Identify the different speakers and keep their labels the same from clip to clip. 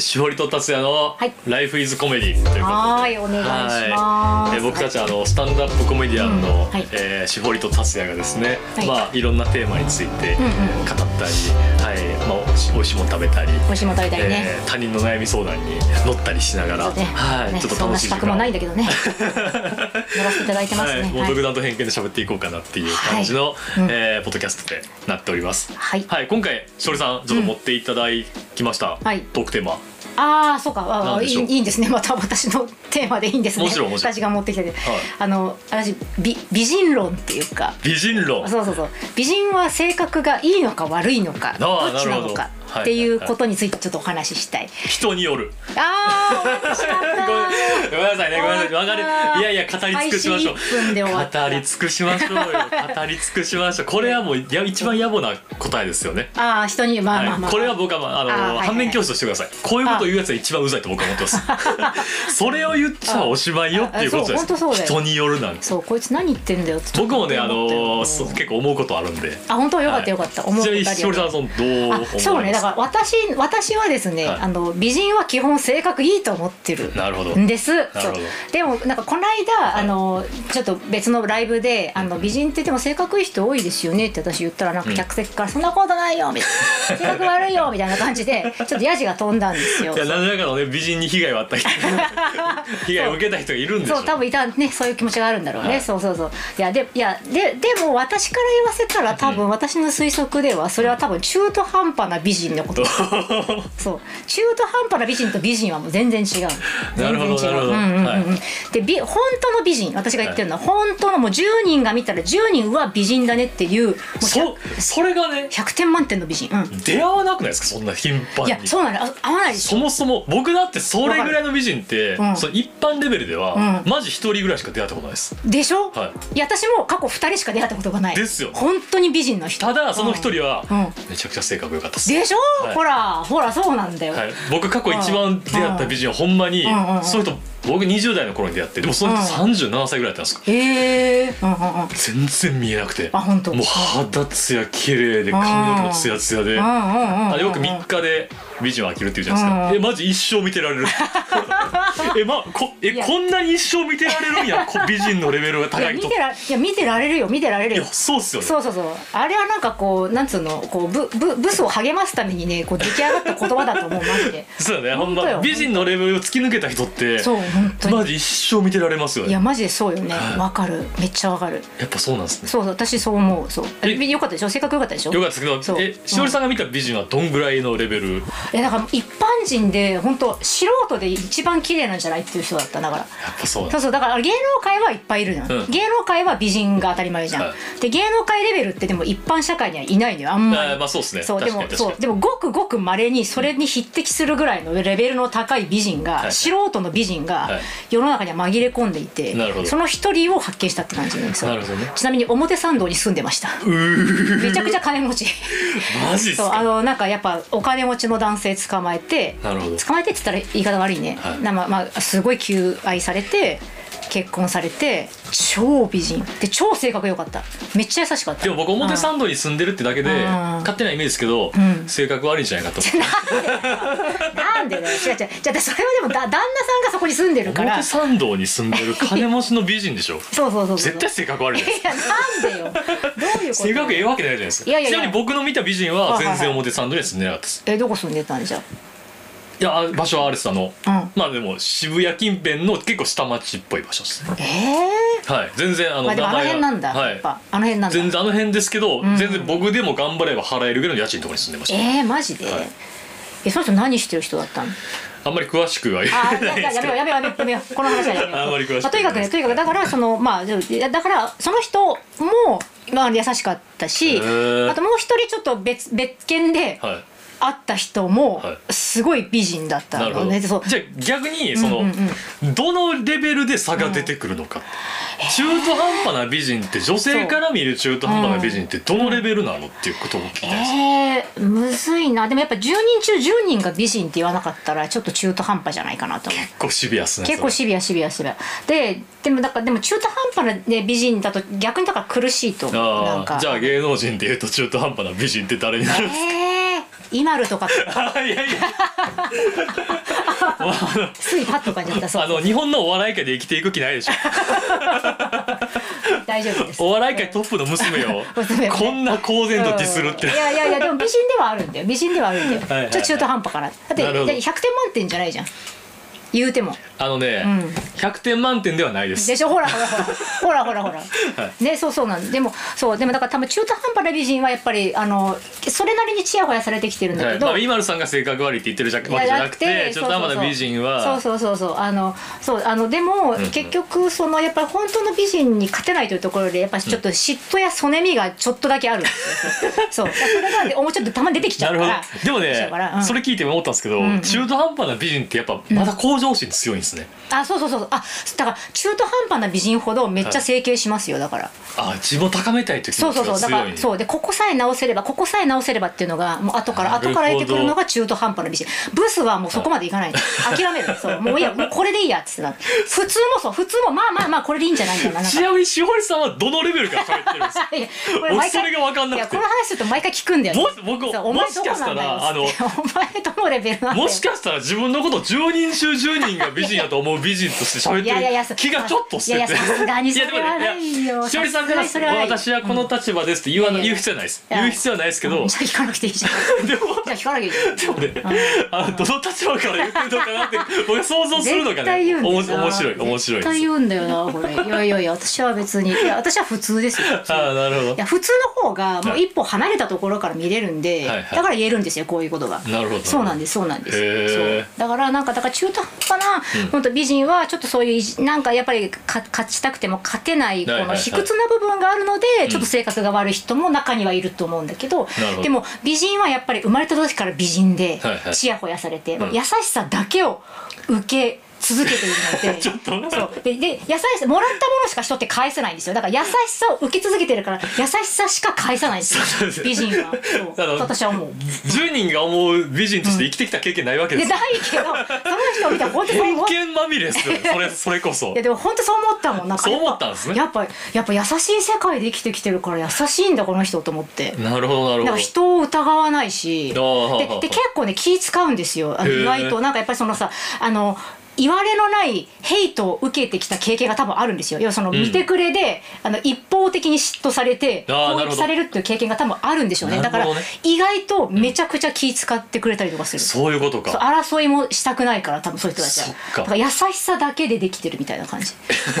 Speaker 1: しほりと達也の
Speaker 2: はい
Speaker 1: 「ライフイズコメディということで、
Speaker 2: はいお願いします
Speaker 1: はいえー僕たちはあのスタンダップコメディアン
Speaker 2: う
Speaker 1: の
Speaker 2: んはい
Speaker 1: えーしほりと達也がですね、
Speaker 2: はい
Speaker 1: まあいろんなテーマについて語ったり、はい、まあおいし美味しいもの食べたり。
Speaker 2: おいしいもの食べたりね、
Speaker 1: えー他人の悩み相談に乗ったりしながら、
Speaker 2: そうね
Speaker 1: はい、
Speaker 2: ね
Speaker 1: ちょっと
Speaker 2: そん
Speaker 1: 楽
Speaker 2: な
Speaker 1: しい
Speaker 2: 資
Speaker 1: 時
Speaker 2: 格
Speaker 1: 間
Speaker 2: もないんだけ どねやらせていただいてますね
Speaker 1: はい、もう
Speaker 2: はい
Speaker 1: 独断と偏見で喋っていこうかなっていう感じの、
Speaker 2: いうん
Speaker 1: えーポッドキャストでなっております。
Speaker 2: はい
Speaker 1: はい、今回しほりさんちょっと持っていただきました、
Speaker 2: はい
Speaker 1: トークテーマ、
Speaker 2: ああそうかあ
Speaker 1: なん
Speaker 2: あ
Speaker 1: で
Speaker 2: いい
Speaker 1: しょう
Speaker 2: いいんですねまた私のテーマでいいんですね
Speaker 1: もちろんもちろん
Speaker 2: 私が持ってきてて、あの私美美人論っていうか
Speaker 1: 美人論。
Speaker 2: そうそうそう美人は性格がいいのか悪いのかど
Speaker 1: あー
Speaker 2: っちな
Speaker 1: なる
Speaker 2: の
Speaker 1: ほど
Speaker 2: か
Speaker 1: はい
Speaker 2: っていうことについてちょっとお話ししたい、
Speaker 1: 人による。
Speaker 2: ああ終わってしまっ
Speaker 1: ごめん
Speaker 2: た
Speaker 1: ごめんなさいね、ごめんなさい、分かる。いやいや、語り尽くしましょう
Speaker 2: 配。信一分で終わった
Speaker 1: 語り尽くしましょうよ。語り尽くしましょう。これはもう、や、一番野暮な答えですよね。
Speaker 2: ああ人にまあまあまあ、
Speaker 1: はい、これは僕は、まあ、あの
Speaker 2: あーはいはい
Speaker 1: 反面教師としてくださいこういうことを言うやつが一番うざいと僕は思ってますそれを言っちゃおしまいよっていうことで
Speaker 2: あそう本当そう
Speaker 1: す
Speaker 2: だ
Speaker 1: 人
Speaker 2: よ
Speaker 1: によるなんです
Speaker 2: そうこいつ何言ってんだよって
Speaker 1: 僕もねあ
Speaker 2: 思ったよ
Speaker 1: のそう結構思うことあるんで
Speaker 2: あ本当よかったよかった、
Speaker 1: はい
Speaker 2: 思う
Speaker 1: ちなみ
Speaker 2: ことあり
Speaker 1: に
Speaker 2: が
Speaker 1: しおりさんは
Speaker 2: とう
Speaker 1: そのどう思われます
Speaker 2: あそうねだから私私はですね、
Speaker 1: はい
Speaker 2: あの美人は基本性格いいと思ってる
Speaker 1: なるほど
Speaker 2: んです
Speaker 1: ほど
Speaker 2: そうでもなんかこの間、
Speaker 1: い
Speaker 2: あのちょっと別のライブで「あの美人ってでも性格いい人多いですよね」って私言ったらなんか
Speaker 1: うん
Speaker 2: 客席から「そんなことないよ」みたいな「性格悪いよ」みたいな感じでちょっとヤジが飛んだんで すよ
Speaker 1: いや何らかのね美人に被害はあった人被害を受けた人がいるんでしょ
Speaker 2: そう多分いたねそういう気持ちがあるんだろうね、
Speaker 1: はい
Speaker 2: そうそうそういやでいやででも私から言わせたら多分私の推測ではそれは多分中途半端な美人 のことそう中途半端な美人と美人はもう全然違う
Speaker 1: なるほど
Speaker 2: 全然違
Speaker 1: な
Speaker 2: う
Speaker 1: るほど
Speaker 2: うんうんうん
Speaker 1: はい
Speaker 2: で美本当の美人私が言ってるのは、本当のもう10人が見たら10人は美人だねっていうもう 100,
Speaker 1: そそれがね
Speaker 2: 100点満点の美人、うん、
Speaker 1: 出会わなくないですかそんな頻繁
Speaker 2: い
Speaker 1: に
Speaker 2: やそうなのあ合わないでし
Speaker 1: そ
Speaker 2: ょ
Speaker 1: もそも僕だってそれぐらいの美人って、
Speaker 2: かるうん
Speaker 1: その一般レベルでは、
Speaker 2: う
Speaker 1: マジ一人ぐらいしか出会ったことないです
Speaker 2: でしょ、
Speaker 1: はい
Speaker 2: や私も過去2人しか出会ったことがない
Speaker 1: ですよ
Speaker 2: 本当に美人の人
Speaker 1: ただその一人は、
Speaker 2: うんうん
Speaker 1: めちゃくちゃ性格良かったです
Speaker 2: でしょ、
Speaker 1: はい
Speaker 2: ほらほらそうなんだよ、
Speaker 1: はい、僕過去一番出会った美人はほんまに、
Speaker 2: うんうんうん
Speaker 1: そういう人僕20代の頃に出会ってでもその人
Speaker 2: う
Speaker 1: 37歳ぐらいだったんです
Speaker 2: へえうんうんうん
Speaker 1: 全然見えなくて
Speaker 2: あ本当
Speaker 1: もう肌ツヤ綺麗で髪の毛もツヤツヤで、
Speaker 2: うんうんうんうん
Speaker 1: あよく3日で美人は飽きるって言うじゃないですか、えマジ一生見てられ るえ,、ま、こえ
Speaker 2: いや
Speaker 1: こんなに一生見てられるんやこ美人のレベルが
Speaker 2: い
Speaker 1: 高
Speaker 2: や
Speaker 1: い
Speaker 2: 見
Speaker 1: と
Speaker 2: てらいや見てられるよ見てられる
Speaker 1: い
Speaker 2: よ
Speaker 1: やそうっすよね
Speaker 2: そうそうそうあれはなんかこうなんつうのこうブブブスを励ますためにねこう出来上がった言葉だと思 うマジで
Speaker 1: そうだねほん
Speaker 2: 本当
Speaker 1: ま
Speaker 2: よ
Speaker 1: 美人のレベルを突き抜けた人って
Speaker 2: そう本当に、
Speaker 1: マジ一生見てられますよ
Speaker 2: い
Speaker 1: ね
Speaker 2: や
Speaker 1: や
Speaker 2: マジでそうよね
Speaker 1: はい
Speaker 2: わかるめっちゃわかる
Speaker 1: っぱそうなんですね
Speaker 2: そうそう私そう思うそう
Speaker 1: え
Speaker 2: よかったでしょ性格よかったでしょ
Speaker 1: よかったですけ
Speaker 2: そ
Speaker 1: ど
Speaker 2: う
Speaker 1: えしおりさんが見た美人はどんぐらいのレベル
Speaker 2: えだから一般人で本当素人で一番綺麗なんじゃないっていう人だっただから
Speaker 1: やっぱそうなんで
Speaker 2: そうそうだから芸能界はいっぱいいるじゃん、
Speaker 1: うん
Speaker 2: 芸能界は美人が当たり前じゃん、
Speaker 1: は
Speaker 2: で芸能界レベルってでも一般社会にはいないのよあんまり、
Speaker 1: あーまあそうっすね
Speaker 2: そうで
Speaker 1: 確か
Speaker 2: も
Speaker 1: に確
Speaker 2: そ
Speaker 1: か
Speaker 2: うでもごくごくまれにそれに匹敵するぐらいのレベルの高い美人が、
Speaker 1: いはい
Speaker 2: 素人の美人
Speaker 1: は
Speaker 2: が
Speaker 1: い
Speaker 2: 世の中には紛れ込んでいて、
Speaker 1: なるほど
Speaker 2: その一人を発見したって感じなんですよ
Speaker 1: なるほどね
Speaker 2: ちなみに表参道に住んでましためちゃくちゃ金持ち
Speaker 1: マジっす
Speaker 2: そうあ
Speaker 1: か
Speaker 2: のなんかやっぱお金持ちの男性捕まえて
Speaker 1: なるほど
Speaker 2: 捕まえてって言ったら言い方悪いね、
Speaker 1: はい
Speaker 2: なまあまあ、すごい求愛されて結婚されて超美人で超性格良かっためっちゃ優しかった
Speaker 1: でも僕表参道に住んでるってだけで
Speaker 2: うん
Speaker 1: 勝手なイメージですけど
Speaker 2: ん
Speaker 1: 性格悪いんじゃないかと思って
Speaker 2: なんでだよ違う違うじゃあそれはでもだ旦那さんがそこに住んでるから
Speaker 1: 表
Speaker 2: そう
Speaker 1: 参道に住んでる金持ちの美人で しょ
Speaker 2: そうそうそう
Speaker 1: 絶対性格悪いじゃないです
Speaker 2: いやなんでよどういうこ
Speaker 1: か
Speaker 2: と
Speaker 1: 性格ええわけないじゃないですか
Speaker 2: いやいやい
Speaker 1: ち
Speaker 2: や
Speaker 1: なみに僕の見た美人は全然表参道には住んでなかったです
Speaker 2: えどこ住んでたんじゃ
Speaker 1: いやあ場所はあれですあの、
Speaker 2: うん
Speaker 1: まあでも渋谷近辺の結構下町っぽい場所ですね
Speaker 2: ええ
Speaker 1: はい全然あの
Speaker 2: まあでもあの
Speaker 1: は
Speaker 2: 辺なんだ、
Speaker 1: は
Speaker 2: やっ
Speaker 1: い
Speaker 2: ぱあの辺なんだ
Speaker 1: 全然あの辺ですけど、
Speaker 2: ん
Speaker 1: 全然僕でも頑張れば払えるぐらいの家賃のところに住んでました、
Speaker 2: えー、マジで、
Speaker 1: はい
Speaker 2: えその人何してる人だったの
Speaker 1: あんまり詳しくは言
Speaker 2: あ
Speaker 1: え
Speaker 2: ー
Speaker 1: ないいで
Speaker 2: や
Speaker 1: す
Speaker 2: や
Speaker 1: け
Speaker 2: め
Speaker 1: ど
Speaker 2: ようやめようやめようやめようこの話はやめよう
Speaker 1: あんまり詳しくない
Speaker 2: あとにかくねとにかくだからそのまあじゃあいやだからその人もまあ優しかったし
Speaker 1: へー
Speaker 2: あともう一人ちょっと別別件で
Speaker 1: はい
Speaker 2: 会った人も
Speaker 1: は
Speaker 2: すごい美人だった
Speaker 1: なるほ
Speaker 2: の
Speaker 1: ど、
Speaker 2: ね、
Speaker 1: じゃ
Speaker 2: そう
Speaker 1: あ逆にその、
Speaker 2: うんうん
Speaker 1: どのレベルで差が出てくるのか、中途半端な美人って女性から見る中途半端な美人ってどのレベルなのっていうことを聞きたいです、
Speaker 2: えー、むずいなでもやっぱ10人中10人が美人って言わなかったらちょっと中途半端じゃないかなと思う
Speaker 1: 結構シビアっすね
Speaker 2: 結構
Speaker 1: それ
Speaker 2: シビアシビアシビアででもだからでも中途半端な、ね、美人だと逆にだから苦しいと思うなん
Speaker 1: あ
Speaker 2: か
Speaker 1: あじゃあ芸能人でいうと中途半端な美人って誰になる
Speaker 2: え今るとか
Speaker 1: あいやいや
Speaker 2: すぐパッとかじゃったそ
Speaker 1: あ
Speaker 2: う
Speaker 1: の日本のお笑い界で生きていく気ない でしょ
Speaker 2: 大丈夫です
Speaker 1: お笑い界トップの娘を
Speaker 2: 娘をね
Speaker 1: こんな公然とディスるって
Speaker 2: うんいやいやいやでも美人ではあるんだよ美人ではあるんだよ
Speaker 1: はいはいはい
Speaker 2: ちょっと中途半端かなだって
Speaker 1: なるほど
Speaker 2: だって100点満点じゃないじゃん言うても
Speaker 1: あのね、
Speaker 2: うん
Speaker 1: 100点満点ではないです
Speaker 2: でしょほらほらほらほらほらほら、ねそうそうなんでもそうでもだから多分中途半端な美人はやっぱりあのそれなりにちやほやされてきてるんだ
Speaker 1: は
Speaker 2: け
Speaker 1: い
Speaker 2: ど、
Speaker 1: まあ、今るさんが性格悪いって言ってるじゃわけじゃなくてちょっとまだ美人は
Speaker 2: そうそうそうそうあのそうあのでも、
Speaker 1: ん
Speaker 2: 結局そのやっぱり本当の美人に勝てないというところでやっぱりちょっと嫉妬やそねみがちょっとだけあるんです よ、そうだからそれがでおもちょっとたまに出てきち
Speaker 1: な
Speaker 2: ゃう
Speaker 1: る
Speaker 2: か
Speaker 1: ほ
Speaker 2: ら
Speaker 1: どでも
Speaker 2: 出てきちゃ
Speaker 1: ね
Speaker 2: うから、うん
Speaker 1: それ聞いて思ったんですけど、
Speaker 2: んうん
Speaker 1: 中途半端な美人ってやっぱまだ向上心強いんですね、
Speaker 2: あそうそうそうあだから中途半端な美人ほどめっちゃ整形しますよだから、
Speaker 1: あ自分を高めたいという気
Speaker 2: そ
Speaker 1: 持ち
Speaker 2: うそ
Speaker 1: が
Speaker 2: うそ
Speaker 1: 強い、ね、
Speaker 2: うだからそうでここさえ直せればここさえ直せればっていうのがもう後から
Speaker 1: なるほ
Speaker 2: 後
Speaker 1: ど
Speaker 2: から出てくるのが中途半端な美人ブスはもうそこまでい かない、諦めるそうもういいやもうこれでいいやっつってな普通もそう普通もまあまあまあこれでいいんじゃないみ たいななんか
Speaker 1: ちなみにしほりさんはどのレベルから喋ってるん ですか
Speaker 2: いや こ
Speaker 1: 俺それが分かんなくて
Speaker 2: いやこの話すると毎回聞くんだよね
Speaker 1: もし僕
Speaker 2: そうお前どこなんだよ
Speaker 1: もしかした
Speaker 2: っつってお前どのレベルなんだよ
Speaker 1: もしかしたら自分のこと10人中10人が美人やと思う美人として喋っ
Speaker 2: いやいやい
Speaker 1: て
Speaker 2: や
Speaker 1: る
Speaker 2: そ
Speaker 1: 気がちょっとしてて
Speaker 2: いやいやさすがにそれはないよ
Speaker 1: しほりさんから
Speaker 2: さすがにそれ はない
Speaker 1: 私はこの立場ですって言わない
Speaker 2: いや
Speaker 1: 言
Speaker 2: いや
Speaker 1: う必要ないです
Speaker 2: いや
Speaker 1: 言う必要ないですけど
Speaker 2: うんじゃあ聞かなくていいじゃん
Speaker 1: でも
Speaker 2: じゃあ聞かなきゃいいじゃん
Speaker 1: でもね、あのどの立場から言ってるのかなって僕は想像するのが
Speaker 2: 絶対
Speaker 1: ね
Speaker 2: 言うん
Speaker 1: お
Speaker 2: だよ
Speaker 1: も
Speaker 2: な
Speaker 1: し面白い面白い
Speaker 2: 絶対
Speaker 1: です
Speaker 2: 言うんだよなこ れいやいやいや私は別にいや私は普通ですよ
Speaker 1: ああなるほど
Speaker 2: いや普通の方がもう一歩離れたところから見れるんで、
Speaker 1: はいはい
Speaker 2: だから言えるんですよこういうことが。
Speaker 1: なるほど
Speaker 2: そうなんですそうなんで
Speaker 1: へ
Speaker 2: す。
Speaker 1: ー
Speaker 2: そうだからなんかだから中途半端な、本当美人はちょっとそういういじなんかやっぱりか勝ちたくても勝てないこ
Speaker 1: はいはいは
Speaker 2: の
Speaker 1: い
Speaker 2: 卑屈な部分があるので、ちょっと性格が悪い人も中にはいると思うんだけど、
Speaker 1: ほど
Speaker 2: でも美人はやっぱり生まれた時から美人で、
Speaker 1: はいはい
Speaker 2: ちやほやされて、
Speaker 1: ん
Speaker 2: 優しさだけを受け続けているので
Speaker 1: ちょっと待って
Speaker 2: そうでで優しさもらったものしか人って返せないんですよだから優しさを受け続けてるから優しさしか返さないんです
Speaker 1: そうです
Speaker 2: よ
Speaker 1: ね
Speaker 2: 美人はそう
Speaker 1: あの
Speaker 2: 私は思う
Speaker 1: 10人が思う美人として生きてきた経験ないわけで
Speaker 2: です
Speaker 1: よ
Speaker 2: ないけどその人を見たら本当にそう
Speaker 1: 偏
Speaker 2: 思うい
Speaker 1: 見まみれです よそれそれこそ
Speaker 2: やでも本当そう思ったもんなんか
Speaker 1: そう
Speaker 2: や
Speaker 1: 思ったんです
Speaker 2: ぱ
Speaker 1: ね
Speaker 2: やっぱやっぱ優しい世界で生きてきてるから優しいんだこの人と思って
Speaker 1: なるほどなる
Speaker 2: だ
Speaker 1: ほど
Speaker 2: から人を疑わないし
Speaker 1: あー
Speaker 2: でで結構ね気使うんですよあの
Speaker 1: へー
Speaker 2: 意外となんかやっぱりそのさあの言われのないヘイトを受けてきた経験が多分あるんですよ要はその
Speaker 1: ん
Speaker 2: 見てくれで、あの一方的に嫉妬されて
Speaker 1: あーなるほど
Speaker 2: 攻撃されるっていう経験が多分あるんでしょうね
Speaker 1: な
Speaker 2: だ
Speaker 1: るほど
Speaker 2: から
Speaker 1: ね
Speaker 2: 意外とめちゃくちゃ気使ってくれたりとかする、
Speaker 1: そういうこと
Speaker 2: そう
Speaker 1: か
Speaker 2: 争いもしたくないから多分そういう人たちは
Speaker 1: そっか
Speaker 2: だから優しさだけでできてるみたいな 感じ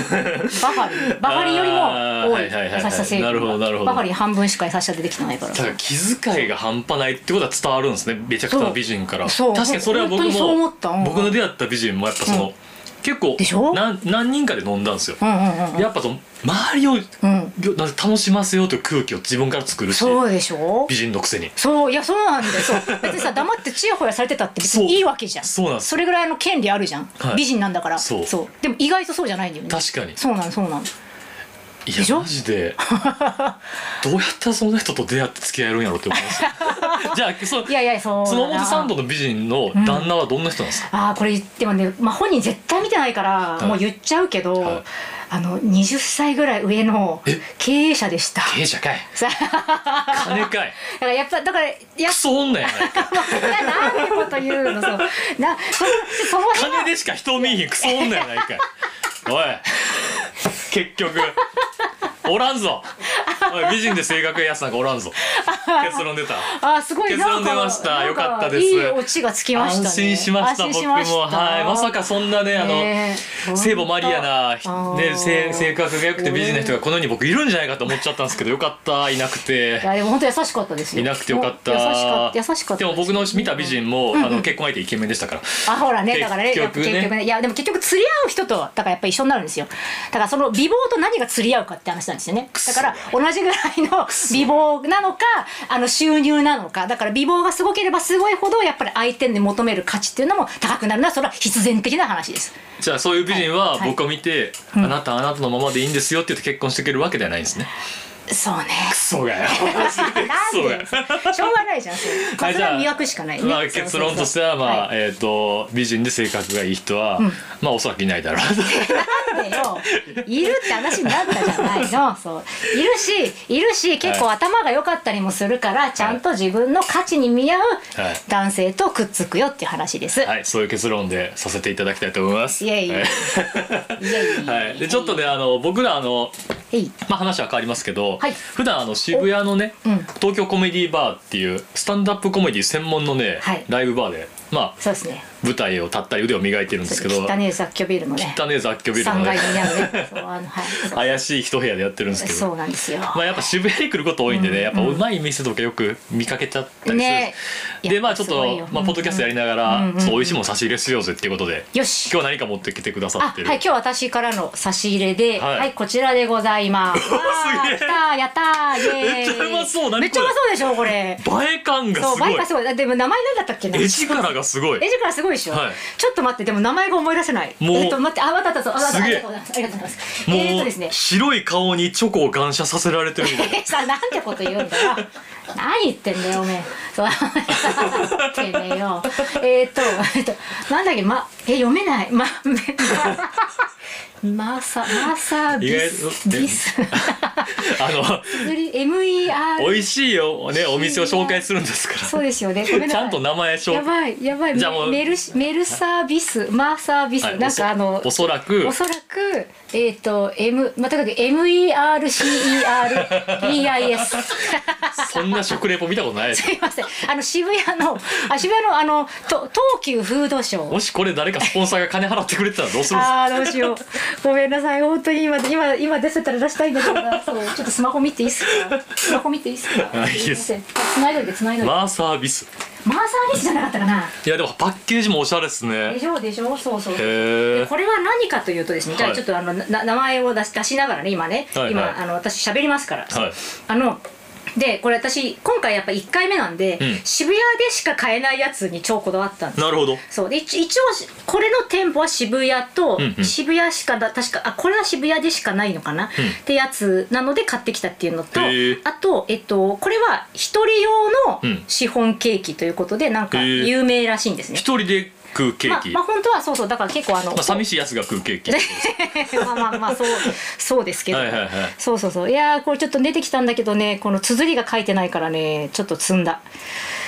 Speaker 2: バファリンバファリンよりも多
Speaker 1: あーはい
Speaker 2: い
Speaker 1: はいはいはい
Speaker 2: 優しさ成分が
Speaker 1: なるほどなるほど
Speaker 2: バファリン半分しか優しさでできてないから
Speaker 1: だから気遣いが半端ないってことは伝わるんですねめちゃくちゃな美人から
Speaker 2: そう
Speaker 1: 確かにそれは僕
Speaker 2: 本当にそう思
Speaker 1: も
Speaker 2: ったうん
Speaker 1: 僕の出会った美人もやっぱその、
Speaker 2: うん
Speaker 1: 結構
Speaker 2: でしょ
Speaker 1: 何何人かで飲んだんですよ、
Speaker 2: うんうんうんうん
Speaker 1: やっぱその周りを
Speaker 2: うん
Speaker 1: よなんか楽しませようという空気を自分から作るし
Speaker 2: そうでしょ
Speaker 1: 美人のくせに
Speaker 2: そういやそうなんだよ そう別にさ黙ってちやほやされてたって別にいいわけじゃん
Speaker 1: そうそうなんです
Speaker 2: それぐらいの権利あるじゃん、
Speaker 1: はい
Speaker 2: 美人なんだから
Speaker 1: そう
Speaker 2: でも意外とそうじゃないんだよね
Speaker 1: 確かに
Speaker 2: そうなのそうなの
Speaker 1: い
Speaker 2: でし
Speaker 1: や
Speaker 2: ょ
Speaker 1: マジでどうやったらその人と出会って付き合えるんやろって思いましたじゃあそ
Speaker 2: いやいやそう
Speaker 1: その表参
Speaker 2: 度
Speaker 1: 道の美人の旦那はどんな人なんですか、
Speaker 2: ああこれ言ってもね、まあ、本人絶対見てないから、
Speaker 1: い
Speaker 2: もう言っちゃうけど、
Speaker 1: はい
Speaker 2: あの20歳ぐらい上の
Speaker 1: え
Speaker 2: 経営者でした
Speaker 1: 経営者かい
Speaker 2: さあ
Speaker 1: 金かい
Speaker 2: だからやっぱだからやっ
Speaker 1: クソ女やないか
Speaker 2: ぱなんてこと言うのそうなそその辺は
Speaker 1: 金でしか人を見えへんクソ女やないかいおい結局おらんぞおい美人で性格ええやつなんかおらんぞ結論出た
Speaker 2: あーすごい
Speaker 1: 結論
Speaker 2: なん
Speaker 1: 出ました
Speaker 2: なん
Speaker 1: よかったです
Speaker 2: いいオチがつきましたね
Speaker 1: 安心しました
Speaker 2: 安心
Speaker 1: 僕
Speaker 2: し
Speaker 1: も
Speaker 2: ました
Speaker 1: はいまさかそんなねあの、
Speaker 2: ねえ
Speaker 1: 聖母マリアな、
Speaker 2: ほんと
Speaker 1: ね、性
Speaker 2: あー
Speaker 1: 性格が良くて美人な人がこの世に僕いるんじゃないかと思っちゃったんですけどよかったいなくて
Speaker 2: いやでも本当優しかったですよ
Speaker 1: いなくてよかった
Speaker 2: 優しかった優しかっ
Speaker 1: で
Speaker 2: た
Speaker 1: も僕の見た美人も、あの結婚相手イケメンでしたから
Speaker 2: あほらねだからね
Speaker 1: 結
Speaker 2: やっぱ
Speaker 1: 局ね
Speaker 2: 結局ねいやでも結局釣り合う人とだからやっぱ一緒になるんですよだからその美貌と何が釣り合うかって話なんですよねだから同じぐらい の美貌なのかあの収入なのかだから美貌がすごければすごいほどやっぱり相手に求める価値っていうのも高くなるのはそれは必然的な話です
Speaker 1: じゃあそういう美人は
Speaker 2: はい
Speaker 1: 僕を見て、あなたあ なたのままでいいんですよって言って結婚してくれるわけではないんですね
Speaker 2: そうね
Speaker 1: クソがよ
Speaker 2: なんなんで しょうがないじゃんそれ
Speaker 1: はい
Speaker 2: 数
Speaker 1: じゃあ
Speaker 2: は魅惑しかないね、
Speaker 1: まあ、
Speaker 2: そうそう
Speaker 1: 結
Speaker 2: そう
Speaker 1: 論としてはまあ、
Speaker 2: はい
Speaker 1: えっ、と美人で性格がいい人は、まあおそらくいないだろう
Speaker 2: なんでよいるって話になったじゃない のそういるしいるし結構
Speaker 1: は
Speaker 2: 頭が良かったりもするから、ちゃんと自分の価値に見合う
Speaker 1: はい
Speaker 2: 男性とくっつくよっていう話です、
Speaker 1: はい、そういう結論でさせていただきたいと思います。
Speaker 2: いえいえ
Speaker 1: はい
Speaker 2: いやいや
Speaker 1: はい、でちょっとねあの僕らあの、
Speaker 2: えい
Speaker 1: まあ、話は変わりますけど、
Speaker 2: はい
Speaker 1: 普段あの渋谷のね、
Speaker 2: おうん
Speaker 1: 東京コメディバーっていうスタンダップコメディ専門のね、
Speaker 2: はい
Speaker 1: ライブバーで、まあ、
Speaker 2: そうですね
Speaker 1: 舞台を立ったり腕を磨いてるんですけど
Speaker 2: 汚ね雑居ビルのね
Speaker 1: 汚ねえ雑居ビルの
Speaker 2: 3階
Speaker 1: ね
Speaker 2: にあるねそうあのはいそう
Speaker 1: 怪しい一部屋でやってるんですけ
Speaker 2: そ
Speaker 1: ど。
Speaker 2: うなんですよ
Speaker 1: まあやっぱ渋谷に来ること多いんでね、やっぱうまい店とかよく見かけちゃったりする、
Speaker 2: ね
Speaker 1: でまあちょっ
Speaker 2: すごいよ
Speaker 1: と、まあ、ポッドキャストやりながら、
Speaker 2: うんうん
Speaker 1: ちょっと美味しいもん差し入れしようぜっていうことで
Speaker 2: よし
Speaker 1: 今日何か持ってきてくださ
Speaker 2: あ
Speaker 1: っ
Speaker 2: は
Speaker 1: て
Speaker 2: い
Speaker 1: る
Speaker 2: 今日私からの差し入れで
Speaker 1: は
Speaker 2: はいい、こちらでございますわ ー
Speaker 1: すげえ
Speaker 2: 来たやったーイ
Speaker 1: め
Speaker 2: エーイ
Speaker 1: っちゃうまそう何これ
Speaker 2: めっちゃうまそうでしょこれ
Speaker 1: 映え感が
Speaker 2: そう
Speaker 1: すご
Speaker 2: バ
Speaker 1: い
Speaker 2: イカすごいだってでも名前何だったっけな
Speaker 1: 絵力がすごい
Speaker 2: 絵力すごいでしょ、
Speaker 1: はい
Speaker 2: ちょっと待ってでも名前が思い出せない
Speaker 1: もう
Speaker 2: えっと待ってあわかったあわかった
Speaker 1: す
Speaker 2: あ
Speaker 1: げ
Speaker 2: り
Speaker 1: え
Speaker 2: がとうございますありがとうございます
Speaker 1: もう、
Speaker 2: えーっとですね
Speaker 1: 白い顔にチョコを感謝させられてるみ たいな
Speaker 2: さあなんてこと言うんだよ何言ってんだよおめえそうてめえよえーっとえっとなんだっけまえ読めないま めままさまさビス
Speaker 1: 意外と
Speaker 2: ビス
Speaker 1: あ
Speaker 2: M E
Speaker 1: の
Speaker 2: R
Speaker 1: 美味しいよねお店を紹介するんですか
Speaker 2: そうですよねごめ
Speaker 1: ら
Speaker 2: んな
Speaker 1: ち
Speaker 2: さい
Speaker 1: ゃんと名前紹
Speaker 2: や
Speaker 1: 介
Speaker 2: ばいやばい
Speaker 1: じゃあもう
Speaker 2: メルシメルサービスマーサービス、
Speaker 1: はい
Speaker 2: なんかあの
Speaker 1: おそおそらく
Speaker 2: おそらくえっ、と M まあとにかく MERCEREIS
Speaker 1: そんな食レポ見たことない です
Speaker 2: すいませんあの渋谷のあ渋谷のあのと東急フードショー
Speaker 1: もしこれ誰かスポンサーが金払ってくれてたらどうするんですか
Speaker 2: あーどうしようごめんなさい本当に今今今出せたら出したいんだけどなそうちょっとスマホ見ていいっすかスマホ見ていいっす
Speaker 1: あ
Speaker 2: か
Speaker 1: いいです
Speaker 2: すいませんあ繋いどいて繋いどいて、
Speaker 1: マーサービス
Speaker 2: マーサービスじゃなかったかない
Speaker 1: やでもパッケージもおしゃれです
Speaker 2: で
Speaker 1: ね
Speaker 2: しょうでしょうそうそう
Speaker 1: へえ
Speaker 2: これは何かというとですね、じゃ
Speaker 1: は
Speaker 2: あ
Speaker 1: い
Speaker 2: ちょっとあのな名前を出し出しながらね今ね、
Speaker 1: はいはい
Speaker 2: 今あの私喋りますから、
Speaker 1: はい
Speaker 2: あのでこれ私今回やっぱ1回目なんで、
Speaker 1: うん
Speaker 2: 渋谷でしか買えないやつに超こだわったんです
Speaker 1: なるほど
Speaker 2: そうで一一応これの店舗は渋谷と、
Speaker 1: うんうん
Speaker 2: 渋谷しかだ確かあこれは渋谷でしかないのかな、ってやつなので買ってきたっていうのと
Speaker 1: へー
Speaker 2: あと、えっと、これは一人用の
Speaker 1: うん
Speaker 2: シフォンケーキということで、なんか
Speaker 1: へー
Speaker 2: 有名らしいんですね
Speaker 1: 一。人で食うケーキ、ま
Speaker 2: まあ、まあ本当はそうそうだから結構あの、
Speaker 1: あ、寂しいやつが食うケーキ
Speaker 2: まあまあまあそうそうですけど、
Speaker 1: はいはいはい
Speaker 2: そうそうそういやーこれちょっと出てきたんだけどねこの綴りが書いてないからねちょっと積んだ